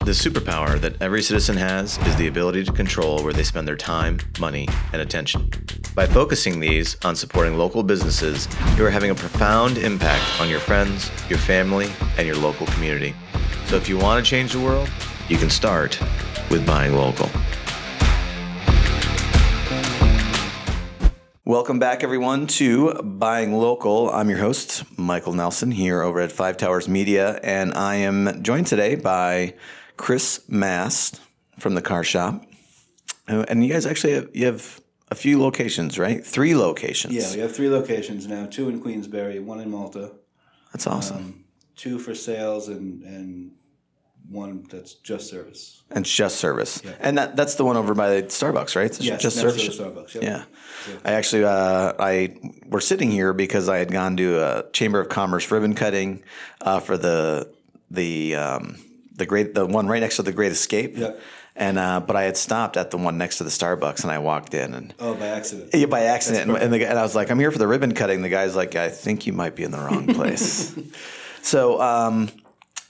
The superpower that every citizen has is the ability to control where they spend their time, money, and attention. By focusing these on supporting local businesses, you are having a profound impact on your friends, your family, and your local community. So if you want to change the world, you can start with buying local. Welcome back, everyone, to Buying Local. I'm your host, Michael Nelson, here over at Five Towers Media, and I am joined today by Chris Mast from the car shop. Uh, And you guys actually have, you have a few locations, right? Three locations. Yeah, we have three locations now: two in Queensbury, one in Malta, That's awesome. Um, two for sales, and and one that's just service. and it's just service. And that, that's the one over by Starbucks, right? It's Yes, just next service. to the Starbucks. Yep. Yeah. I actually, uh, I we're sitting here because I had gone to a Chamber of Commerce ribbon cutting uh, for the the um, the great the one right next to the Great Escape. Yeah. And uh, but I had stopped at the one next to the Starbucks, and I walked in and. Oh, by accident. Yeah, by accident, and, and, the, guy- and I was like, "I'm here for the ribbon cutting." The guy's like, "I think you might be in the wrong place." so, um,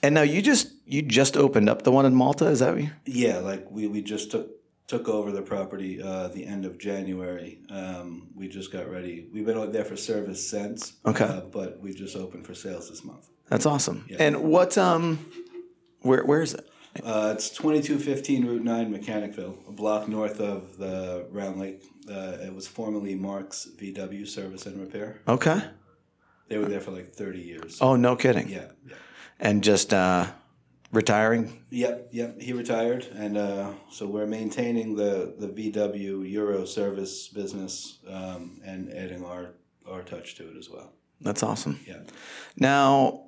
and now you just you just opened up the one in Malta, is that what you? Yeah, like we, we just took took over the property uh, the end of January. Um, we just got ready. We've been out there for service since. Okay. uh, but we just opened for sales this month. That's awesome. And what um, where where is it? Uh, it's twenty two fifteen Route Nine, Mechanicville, a block north of the Round Lake. Uh, it was formerly Mark's VW Service and Repair. Okay. They were there for like thirty years. Oh, no kidding. Yeah, yeah. And just uh, retiring. Yep, yep. He retired, and uh, so we're maintaining the the VW Euro service business um, and adding our our touch to it as well. That's awesome. Yeah. Now,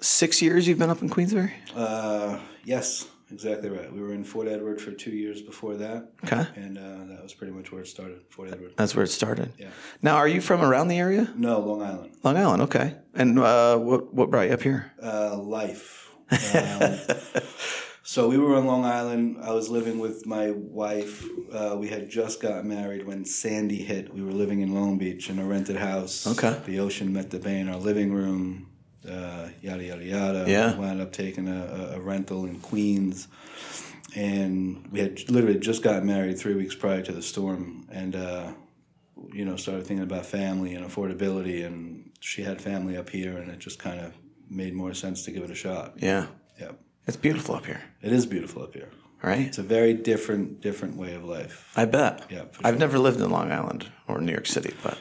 six years you've been up in Queensbury. Uh, yes, exactly right. We were in Fort Edward for two years before that, Okay. and uh, that was pretty much where it started. Fort Edward. That's where it started. Yeah. Now, are you from around the area? No, Long Island. Long Island. Okay. And uh, what what brought you up here? Uh, life. Um, so we were on Long Island. I was living with my wife. Uh, we had just got married when Sandy hit. We were living in Long Beach in a rented house. Okay. The ocean met the bay in our living room. Uh, yada yada yada. Yeah. We wound up taking a, a- a rental in Queens, and we had literally just got married three weeks prior to the storm, and uh, you know started thinking about family and affordability, and she had family up here, and it just kind of made more sense to give it a shot. Yeah. Yeah. It's beautiful up here. It is beautiful up here. Right. It's a very different, different way of life. I bet. Yeah, for I've never lived in Long Island or New York City, but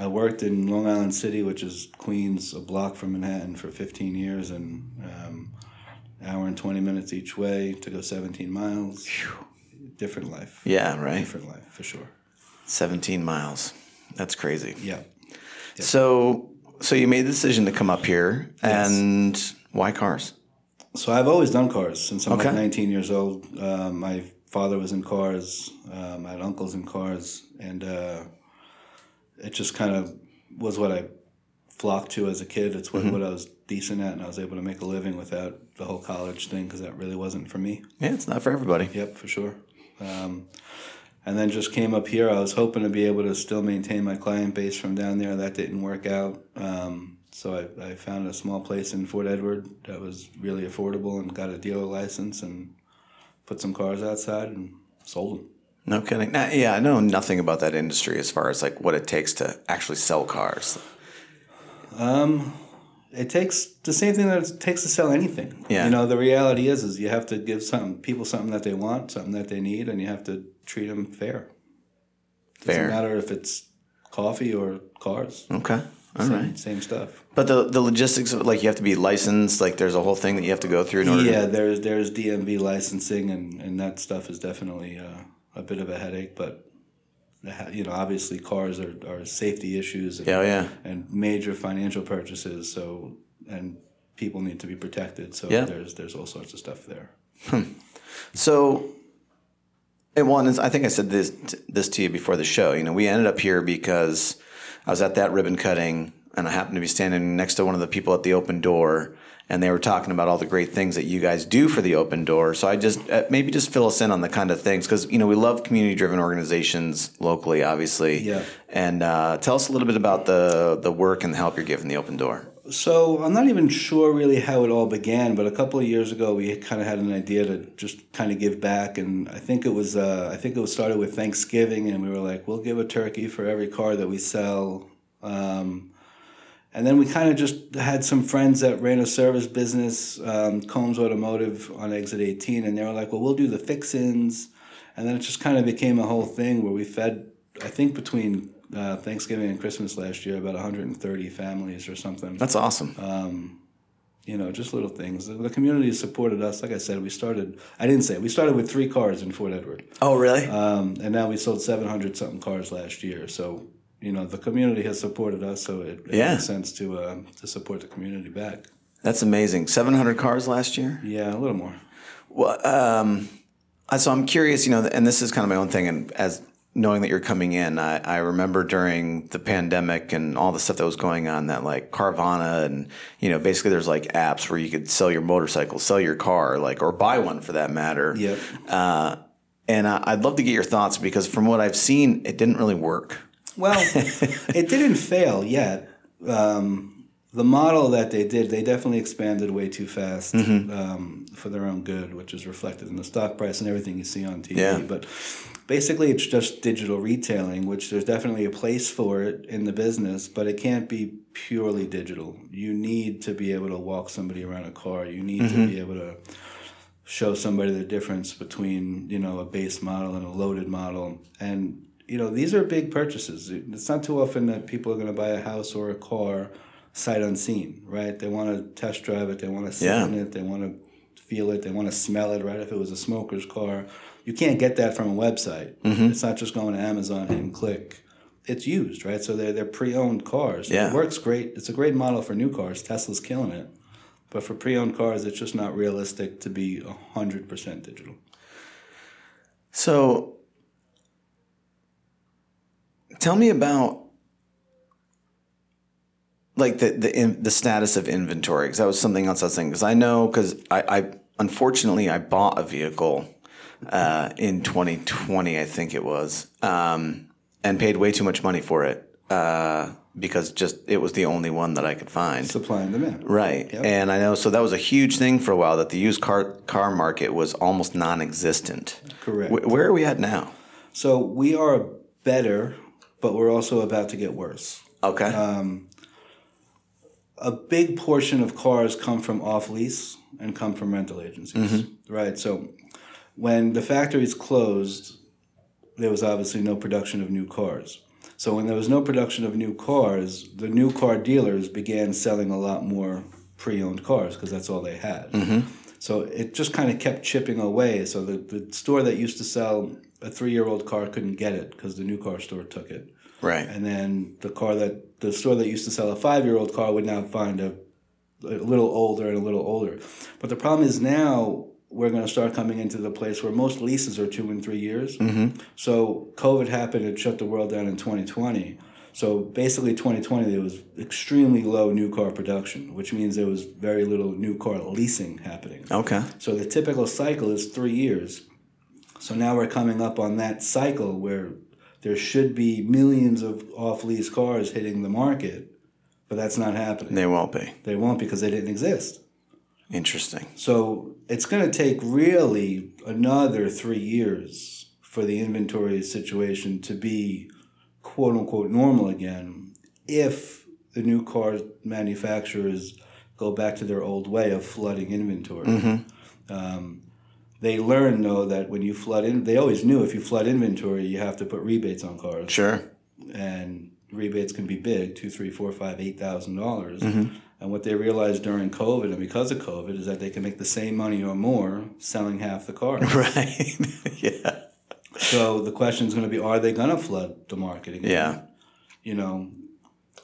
I worked in Long Island City, which is Queens, a block from Manhattan, for 15 years, and um, hour and 20 minutes each way to go 17 miles. Different life. yeah, right. Different life for sure. Seventeen miles. That's crazy. Yeah. So, so you made the decision to come up here, and why cars? So I've always done cars since I'm like Okay. 19 years old. Uh, my father was in cars. Um, I had uncles in cars, and uh, it just kind of was what I flocked to as a kid. It's Mm-hmm. what, what I was decent at, and I was able to make a living without the whole college thing because that really wasn't for me. Yeah, it's not for everybody. Yep, for sure. Um, and then just came up here. I was hoping to be able to still maintain my client base from down there. That didn't work out. Um, so I, I found a small place in Fort Edward that was really affordable and got a dealer license and put some cars outside and sold them. No kidding. Nah, yeah, I know nothing about that industry as far as like what it takes to actually sell cars. Um, It takes the same thing that it takes to sell anything. Yeah. You know, the reality is, is you have to give some people something that they want, something that they need, and you have to treat them fair. Doesn't Fair. matter if it's coffee or cars. Okay. All same, right. same stuff. But the the logistics of like you have to be licensed. Like there's a whole thing that you have to go through in order. Yeah, To, there's there's DMV licensing and and that stuff is definitely uh, a bit of a headache, but the ha- you know obviously cars are, are safety issues and, yeah. oh, Yeah. and major financial purchases, so and people need to be protected. So Yeah. there's there's all sorts of stuff there. So, and one is, I think I said this this to you before the show. You know, we ended up here because I was at that ribbon cutting, and I happened to be standing next to one of the people at the open door, and they were talking about all the great things that you guys do for the open door. So I just uh, maybe just fill us in on the kind of things because you know we love community driven organizations locally, obviously. Yeah. And uh, tell us a little bit about the the work and the help you're giving the open door. So I'm not even sure really how it all began, but a couple of years ago we kind of had an idea to just kind of give back, and I think it was uh, I think it was started with Thanksgiving, and we were like, we'll give a turkey for every car that we sell. Um, and then we kind of just had some friends that ran a service business, um, Combs Automotive on Exit 18, and they were like, well, we'll do the fix-ins, and then it just kind of became a whole thing where we fed, I think between uh, Thanksgiving and Christmas last year, about 130 families or something. That's awesome. Um, you know, just little things. The- The community supported us. Like I said, we started. I didn't say it, we started with three cars in Fort Edward, oh, really? um, and now we sold 700 something cars last year. So you know, the community has supported us. So it, it Yeah. makes sense to uh, to support the community back. That's amazing. 700 cars last year? Yeah, a little more. Well, um, I- so I'm curious, you know, and this is kind of my own thing. And as knowing that you're coming in, I, I remember during the pandemic and all the stuff that was going on, that like Carvana and you know, basically there's like apps where you could sell your motorcycle, sell your car, like or buy one for that matter. Yep. Uh, and I, I'd love to get your thoughts because from what I've seen, it didn't really work. Well, it didn't fail yet. Um, the model that they did, they definitely expanded way too fast um, for their own good, which is reflected in the stock price and everything you see on TV. Yeah. But basically, it's just digital retailing, which there's definitely a place for it in the business, but it can't be purely digital. You need to be able to walk somebody around a car. You need to be able to show somebody the difference between you know a base model and a loaded model and you know these are big purchases it's not too often that people are going to buy a house or a car sight unseen right they want to test drive it they want to sit Yeah. in it they want to feel it they want to smell it right if it was a smoker's car you can't get that from a website it's not just going to amazon and click it's used right so they're, they're pre-owned cars Yeah. it works great it's a great model for new cars tesla's killing it but for pre-owned cars, it's just not realistic to be hundred percent digital. So tell me about like the the in, the status of inventory because that was something else I was thinking because I know because I, I unfortunately I bought a vehicle uh, in 2020 I think it was um, and paid way too much money for it uh, because just it was the only one that I could find Supply and demand. Right. And I know, so that was a huge thing for a while that the used car car market was almost non existent. Correct. where are we at now? So we are better, but we're also about to get worse. Okay. Uh, A big portion of cars come from off lease and come from rental agencies. Right. So when the factories closed, there was obviously no production of new cars. So when there was no production of new cars, the new car dealers began selling a lot more pre-owned cars because that's all they had. So it just kind of kept chipping away. So the, the store that used to sell a three-year-old car couldn't get it because the new car store took it. right. And then the car that the store that used to sell a five year old car would now find a, a little older and a little older. But the problem is now we're going to start coming into the place where most leases are two and three years. So COVID happened and shut the world down in 2020. So basically, 2020 there was extremely low new car production, which means there was very little new car leasing happening. Okay. So the typical cycle is three years. So now we're coming up on that cycle where there should be millions of off lease cars hitting the market, but that's not happening. They won't be. They won't because they didn't exist. Interesting. So it's going to take really another three years for the inventory situation to be quote unquote normal again if the new car manufacturers go back to their old way of flooding inventory. Um, they learn though that when you flood in, they always knew if you flood inventory, you have to put rebates on cars Sure. and rebates can be big two three four five eight thousand dollars Mm-hmm. and what they realized during covid and because of covid is that they can make the same money or more selling half the car Right. yeah. so the question is going to be are they going to flood the market again Yeah. you know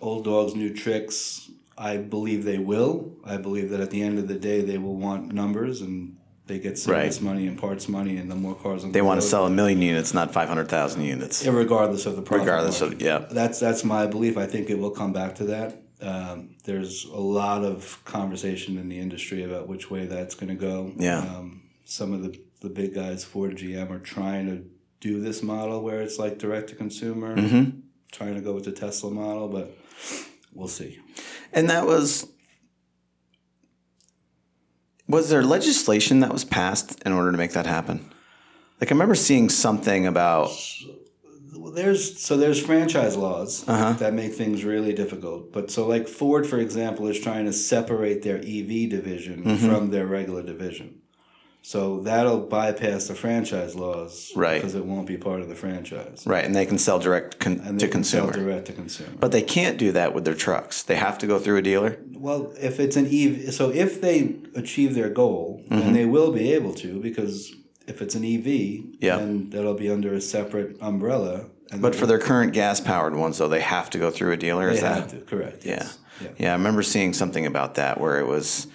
old dogs new tricks i believe they will i believe that at the end of the day they will want numbers and they get service money and parts money and the more cars on They want to sell a million units, not 500,000 units. regardless of the profit Regardless margin. of, yeah. that's that's my belief. I think it will come back to that. Um, there's a lot of conversation in the industry about which way that's going to go. Yeah. Um, some of the the big guys, Ford, GM, are trying to do this model where it's like direct to consumer, trying to go with the Tesla model, but we'll see. And that was was there legislation that was passed in order to make that happen? Like I remember seeing something about Well, There's so there's franchise laws Uh-huh. that make things really difficult. But so like Ford, for example, is trying to separate their EV division Mm-hmm. from their regular division. So that'll bypass the franchise laws, Right. Because it won't be part of the franchise right, and they can sell direct con- And to they can sell consumer. direct to consumer. But they can't do that with their trucks. They have to go through a dealer. Well, if it's an EV, so if they achieve their goal, Mm-hmm. then they will be able to because if it's an EV, Yeah. then that'll be under a separate umbrella. And But for their current gas powered ones, though, they have to go through a dealer. they Is that have to, correct? yeah. Yes. Yeah. yeah, I remember seeing something about that where it was,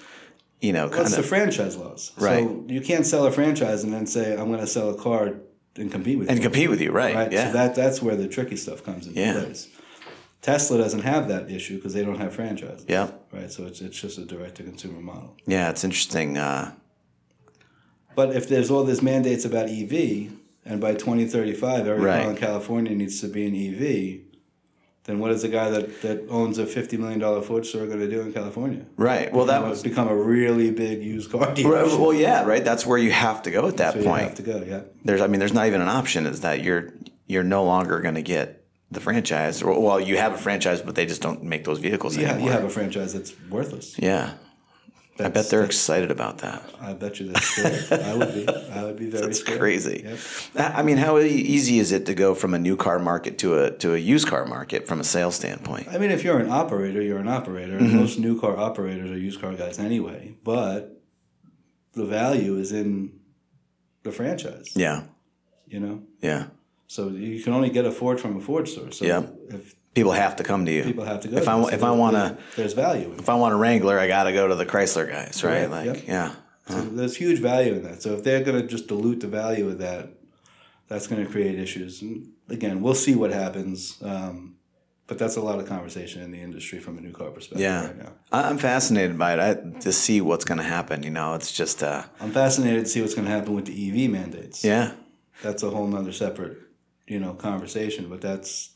you know, kind That's the of franchise laws. Right. So you can't sell a franchise and then say I'm going to sell a car and compete with and you. compete with you, right? Right. Yeah, So that that's where the tricky stuff comes into Yeah. place. Tesla doesn't have that issue because they don't have franchise. yeah. Right. So it's it's just a direct to consumer model. Yeah, it's interesting. Uh, But if there's all these mandates about EV, and by 2035 every Right. car in California needs to be an EV, then what is the guy that, that owns a 50 million dollar Ford store going to do in California? right. Well, that was. It's become a really big used car dealership. Well, yeah, right. That's where you have to go at that So you have point. to go. Yeah. There's, I mean, there's not even an option. Is that you're you're no longer going to get the franchise? Or, well, you have a franchise, but they just don't make those vehicles You have, anymore. you have a franchise that's worthless. yeah, I bet they're excited about that. I bet you that's scared. I would be. I would be very It's scared. crazy. Yep. I I mean, how e- easy is it to go from a new car market to a to a used car market from a sales standpoint? I mean, if you're an operator, you're an operator. Mm-hmm. Most new car operators are used car guys anyway. But the value is in the franchise. Yeah, You know. yeah. So you can only get a Ford from a Ford store. So Yeah. if People have to come to you. people have to go, If I there, wa- so if I there- wanna- there's value. In it. if I want a Wrangler, I got to go to the Chrysler guys, right? Right, Like, yep. yeah. So there's huge value in that. So if they're going to just dilute the value of that, that's going to create issues. And again, we'll see what happens. Um, but that's a lot of conversation in the industry from a new car perspective Yeah. right now. I- I'm fascinated by it I, to see what's going to happen. You know, it's just, uh, I'm fascinated to see what's going to happen with the EV mandates. yeah, That's a whole nother separate, you know, conversation. But that's,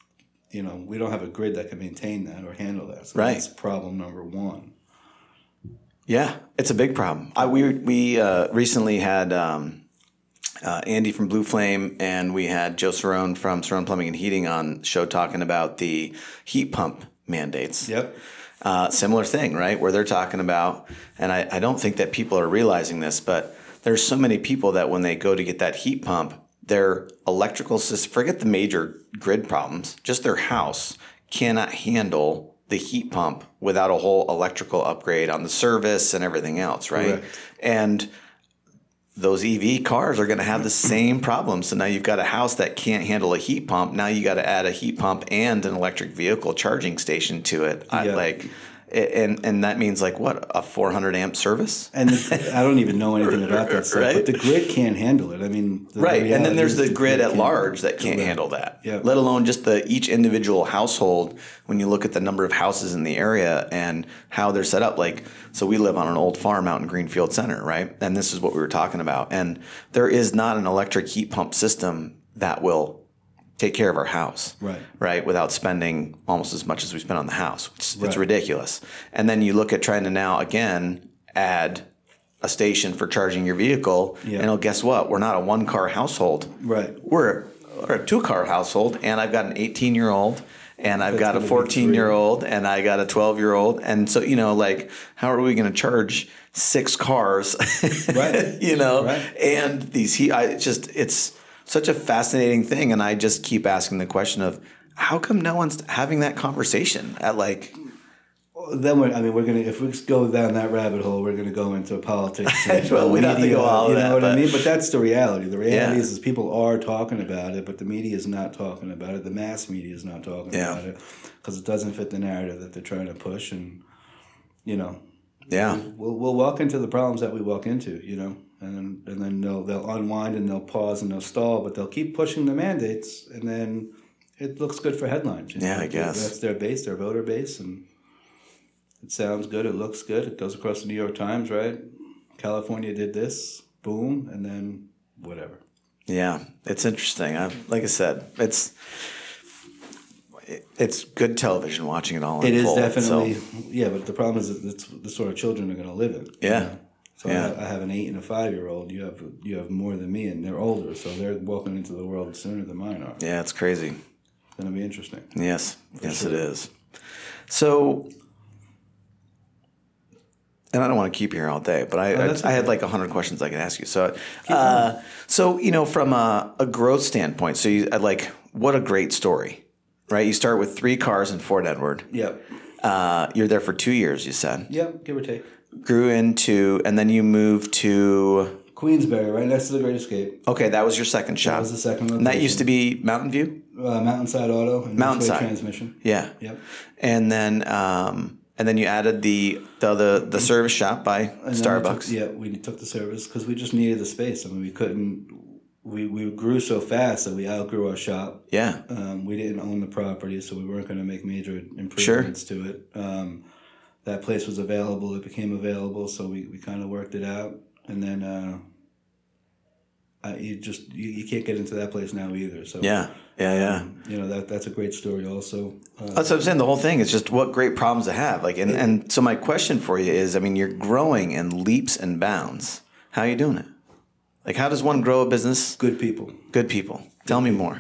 you know, we don't have a grid that can maintain that or handle that. So Right. That's problem number one. yeah, it's a big problem. I, we we uh, recently had um, uh, Andy from Blue Flame and we had Joe Cerrone from Cerrone Plumbing and Heating on the show talking about the heat pump mandates. Yep. Uh, similar thing, right? Where they're talking about, and I, I don't think that people are realizing this, but there's so many people that when they go to get that heat pump, their electrical system, forget the major grid problems, just their house cannot handle the heat pump without a whole electrical upgrade on the service and everything else, right? Correct. And those EV cars are going to have the same problem. So now you've got a house that can't handle a heat pump. Now you got to add a heat pump and an electric vehicle charging station to it. I, Yeah. Like, a- and and that means like what a 400 amp service, And the, I don't even know anything about that stuff, Right? but the grid can't handle it. I mean, the right? And reality then there's is the grid at can't- large that can't handle that. Yeah. Let alone just the each individual household. When you look at the number of houses in the area and how they're set up, like so we live on an old farm out in Greenfield Center, right? And this is what we were talking about. And there is not an electric heat pump system that will take care of our house. Right. Right. Without spending almost as much as we spend on the house. It's, it's Right. ridiculous. And then you look at trying to now again add a station for charging your vehicle. And oh, guess what? We're not a one car household. Right. We're, we're a two car household. And I've got an 18 year old and I've got a gonna be 14 year old and I got a 12 year old. And so, you know, like, how are we going to charge six cars? Right. you know Right. and these he i it's just it's such a fascinating thing and i just keep asking the question of how come no one's having that conversation at like Then we're, I mean, we're gonna if we go down that rabbit hole, we're gonna go into politics. And Well, we don't have to go all you know that, what I but- mean? But that's the reality. The reality Yeah. is, is people are talking about it, but the media is not talking about it. The mass media is not talking Yeah. about it because it doesn't fit the narrative that they're trying to push. And you know, yeah we'll we'll walk into the problems that we walk into, you know, and then, and then they'll they'll unwind and they'll pause and they'll stall, but they'll keep pushing the mandates, and then it looks good for headlines. you Yeah, I guess. that's their base, their voter base, and it sounds good. It looks good. It goes across the New York Times, right? California did this, boom, and then whatever. yeah it's interesting i like i said it's it, it's good television watching it all. It is unfold, definitely So, yeah, but the problem is that it's the sort of children are going to live in. you Yeah. know? So I Yeah. ha- I have an eight and a five year old. You have you have more than me, and they're older, so they're walking into the world sooner than mine are. yeah, it's crazy. It's going to be interesting. Yes, yes, it is. So, and I don't want to keep you here all day, but I that's I, I had like hundred questions I could ask you. So, uh, so you know, from a, a growth standpoint, so you uh, like what a great story, right? You start with three cars in Fort Edward. Yep. Uh, you're there for two years. You said Yep. Give or take. grew into, and then you moved to. Queensberry, right next to the Great Escape, Okay, that was your second shop. was the second And that location. used to be Mountain View. uh, Mountainside Auto, and Mountainside. Northway transmission. Yeah. Yep. and then um, and then you added the the the, the service shop by And then we took- Starbucks. yeah, we took the service because we just needed the space. I mean, we couldn't. We, we grew so fast that we outgrew our shop. yeah, Um, we didn't own the property, so we weren't going to make major improvements to it. Um, that place was available; it became available, so we, we kind of worked it out. And then uh, I, you just you, you can't get into that place now either. So yeah, yeah, yeah. you know that that's a great story. Also, uh, That's what I'm saying. The whole thing is just what great problems to have. Like, and, and so my question for you is, I mean, you're growing in leaps and bounds. How are you doing it? Like, how does one grow a business? good people. Good people. Tell me more.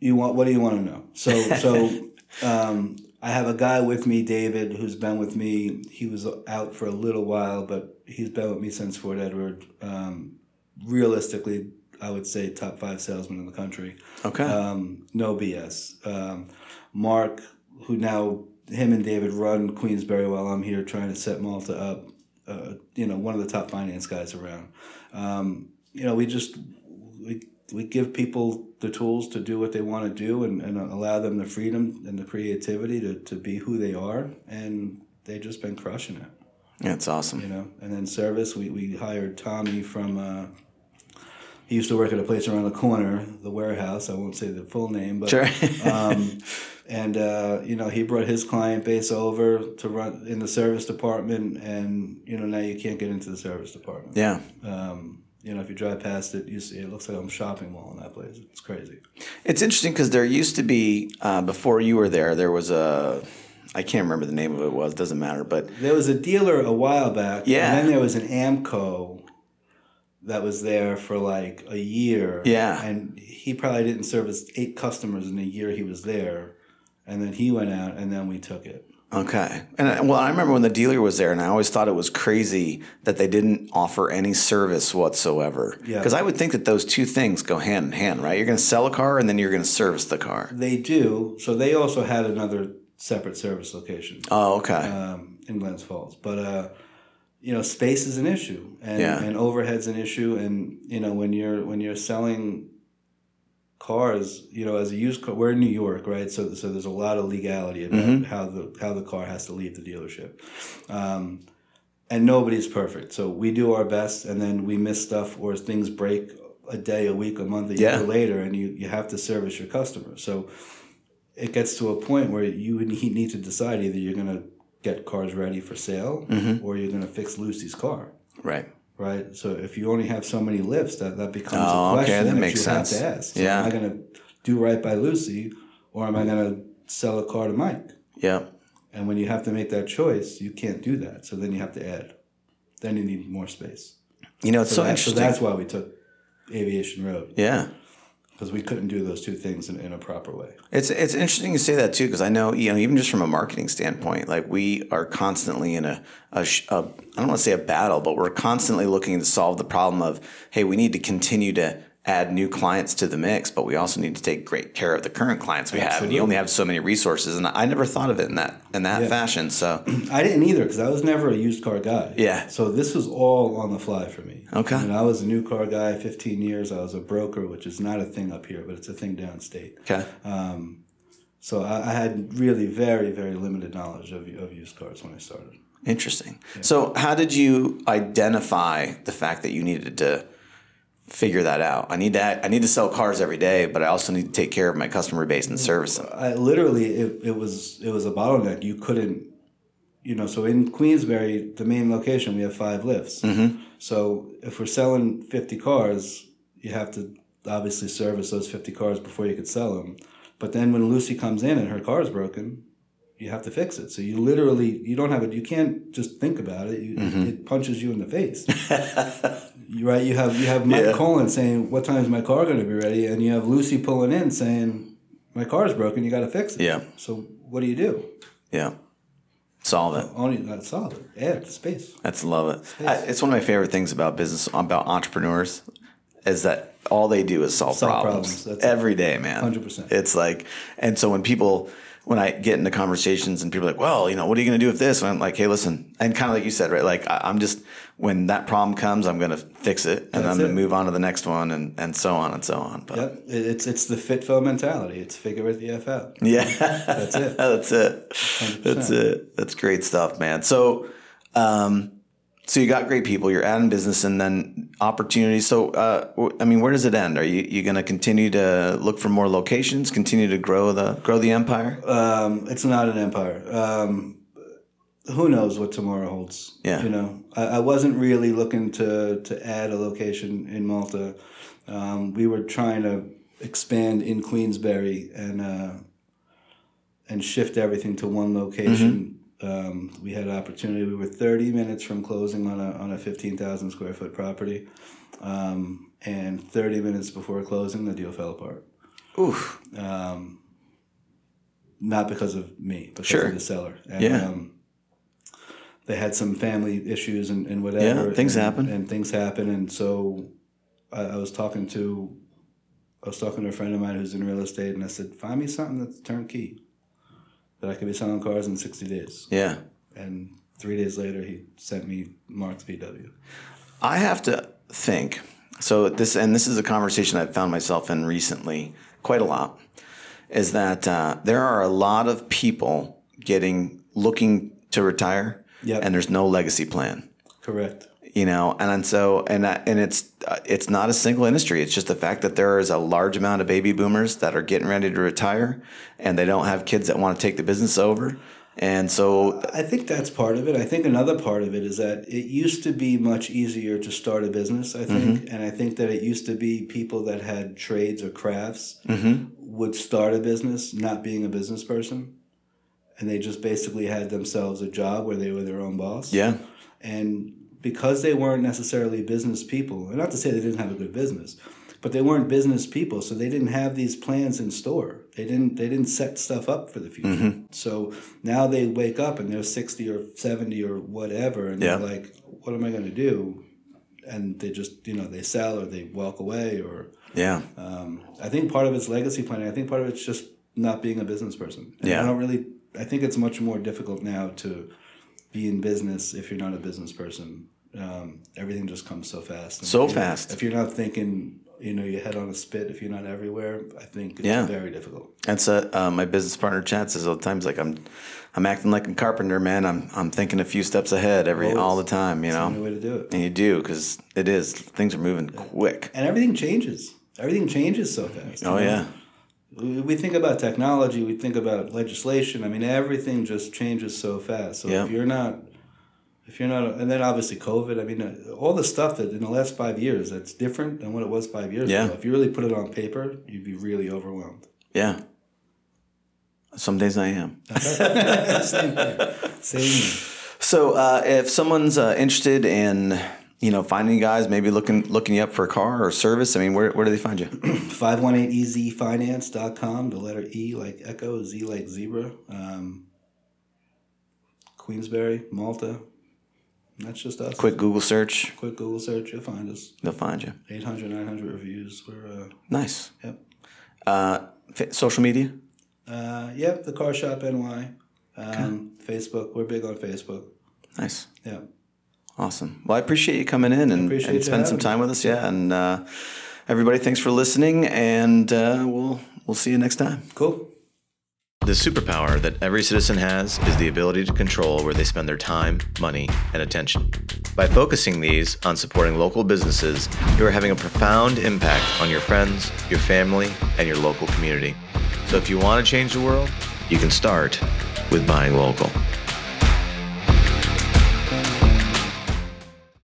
You want what do you want to know? So so um, I have a guy with me, David, who's been with me. He was out for a little while, but he's been with me since Fort Edward. Um, realistically, I would say top five salesman in the country. Okay. Um, no BS. Um, Mark, who now him and David run Queensberry while I'm here trying to set Malta up. Uh, you know, one of the top finance guys around. Um, you know, we just we, we give people the tools to do what they want to do and, and allow them the freedom and the creativity to, to be who they are, and they've just been crushing it That's awesome. you know. And then service, we, we hired Tommy from. Uh, he used to work at a place around the corner, the warehouse. I won't say the full name, but Sure. um, and uh, you know he brought his client base over to run in the service department, and you know now you can't get into the service department. Yeah. Um, you know if you drive past it, you see it looks like I'm shopping mall in that place. It's crazy. It's interesting because there used to be uh, before you were there. There was a I can't remember the name of it was. Doesn't matter. But There was a dealer a while back. Yeah. And then there was an Amco that was there for like a year. Yeah. And he probably didn't service eight customers in the year he was there. And then he went out and then we took it. Okay. And I, well, I remember when the dealer was there, and I always thought it was crazy that they didn't offer any service whatsoever. Yeah. Because I would think that those two things go hand in hand, right? You're going to sell a car, and then you're going to service the car. They do. So they also had another separate service location Oh, okay. um, in Glens Falls. But, uh, you know, space is an issue and, Yeah. and overhead's an issue. And, you know, when you're, when you're selling cars, you know, as a used car, we're in New York, right? So, so there's a lot of legality about how the, how the car has to leave the dealership. Um, and nobody's perfect. So we do our best and then we miss stuff or things break a day, a week, a month, a Yeah. year later, and you, you have to service your customer. So it gets to a point where you would need need to decide either you're going to get cars ready for sale Mm-hmm. or you're going to fix Lucy's car. right. Right. So if you only have so many lifts, that, that becomes Oh, a okay, question that that, makes you sense. have to ask. So Yeah. Am I going to do right by Lucy or am I going to sell a car to Mike? Yeah. And when you have to make that choice, you can't do that. So then you have to add. Then you need more space. You know, it's so, that- interesting. that's why we took Aviation Road yeah. because we couldn't do those two things in, in a proper way. It's it's interesting you say that too because I know you know even just from a marketing standpoint, like we are constantly in a, a, sh- a I don't want to say a battle, but we're constantly looking to solve the problem of hey, we need to continue to add new clients to the mix, but we also need to take great care of the current clients we have. And you only have so many resources, and I never thought of it in that in that fashion. So I didn't either because I was never a used car guy. Yeah. So this was all on the fly for me. Okay. I mean, I was a new car guy, 15 years. I was a broker, which is not a thing up here, but it's a thing downstate. okay, So I, I had really very, very limited knowledge of, of used cars when I started. interesting. So how did you identify the fact that you needed to? Figure that out. I need to. I need to sell cars every day, but I also need to take care of my customer base and service them. I literally it, it was it was a bottleneck. You couldn't, you know. So in Queensbury, the main location, we have five lifts. So if we're selling fifty cars, you have to obviously service those fifty cars before you could sell them. But then when Lucy comes in and her car is broken, you have to fix it. So you literally you don't have it. You can't just think about it. You, Mm-hmm. It punches you in the face. You- right? You have you have Mike Yeah. Colin saying, "What time is my car going to be ready?" And you have Lucy pulling in saying, "My car's broken. You got to fix it." Yeah. So what do you do? Yeah. Solve it. Only not solve it. Add space. That's love it. I, it's one of my favorite things about business, about entrepreneurs, is that all they do is solve, Solve problems, problems, that's it. every day, man. 100%. It's like, and so when people, when I get into conversations and people are like, well, you know, what are you going to do with this? And I'm like, hey, listen, and kind of like you said, right? Like, I, I'm just, when that problem comes, I'm going to fix it and I'm That's going to it. move on to the next one and, and so on and so on. But Yep. It- It's it's the fit fo mentality. It's figure it the f out. yeah. That's it. That's it. That's it. That's great stuff, man. So, um, so you got great people. You're adding business and then opportunities. So, uh, w- I mean, where does it end? Are you you going to continue to look for more locations? Continue to grow the grow the empire? um, it's not an empire. Um, who knows what tomorrow holds? Yeah. you know, I, I wasn't really looking to to add a location in Malta. Um, we were trying to expand in Queensberry and uh, and shift everything to one location. Um, we had opportunity. We were thirty minutes from closing on a on a fifteen thousand square foot property, um, and thirty minutes before closing, the deal fell apart Oof. um, not because of me, because Sure. of the seller. And, Yeah. Um, they had some family issues and, and whatever. Yeah, things and- happen. And things happen. And so I, I was talking to, I was talking to a friend of mine who's in real estate, and I said, find me something that's turnkey that I could be selling cars in 60 days. Yeah. And three days later, he sent me Mark's VW. I have to think. So this and this is a conversation I've found myself in recently quite a lot. Is that uh, there are a lot of people getting looking to retire, Yep. and there's no legacy plan. Correct. you know and, and so and I- and it's uh, it's not a single industry it's just the fact that there is a large amount of baby boomers that are getting ready to retire and they don't have kids that want to take the business over and so I think that's part of it. I think another part of it is that it used to be much easier to start a business, I think. And I think that it used to be people that had trades or crafts would start a business, not being a business person. And they just basically had themselves a job where they were their own boss. yeah And because they weren't necessarily business people, and not to say they didn't have a good business, but they weren't business people, so they didn't have these plans in store. They didn't they didn't set stuff up for the future. So now they wake up and they're 60 or 70 or whatever and Yeah. they're like, what am I going to do? And they just, you know, they sell or they walk away or yeah um, I think part of it's legacy planning. I think part of it's just not being a business person. And Yeah. I don't really. I think it's much more difficult now to be in business if you're not a business person. Um, everything just comes so fast. And So if you're- fast. If you're not thinking, you know, your head on a spit. If you're not everywhere, I think it's Yeah. very difficult. that's a, uh, my business partner Chad says all the times like I'm I'm acting like a carpenter man I'm I'm thinking a few steps ahead every all the time you Only know way to do it. and you do because it is things are moving quick And everything changes. Everything changes so fast. oh you know? yeah we we think about technology, we think about legislation. I mean, everything just changes so fast. So Yeah. if you're not, if you're not, and then obviously COVID. I mean, uh, all the stuff that in the last five years that's different than what it was five years Yeah. ago. If you really put it on paper, you'd be really overwhelmed. yeah some days I am Same thing. Same. thing. So uh, if someone's uh, interested in you know finding you guys, maybe looking looking you up for a car or service, I mean, where, where do they find you? E 518ezfinance.com, the letter E like Echo, Z like Zebra, um, Queensberry, Malta. That's just us. Quick Google search, Quick Google search, you'll find us. they'll find you. 800, 900 reviews. We're, uh, Nice. yep. Uh, fa- social media. Uh, yep, the Car Shop NY. Um, Facebook. We're big on Facebook. Nice. Yeah. Awesome. Well, I appreciate you coming in and, appreciate and you spending some having time with us. Yeah, and uh, everybody, thanks for listening, and uh, we'll we'll see you next time. Cool. The superpower that every citizen has is the ability to control where they spend their time, money, and attention. By focusing these on supporting local businesses, you are having a profound impact on your friends, your family, and your local community. So if you want to change the world, you can start with buying local.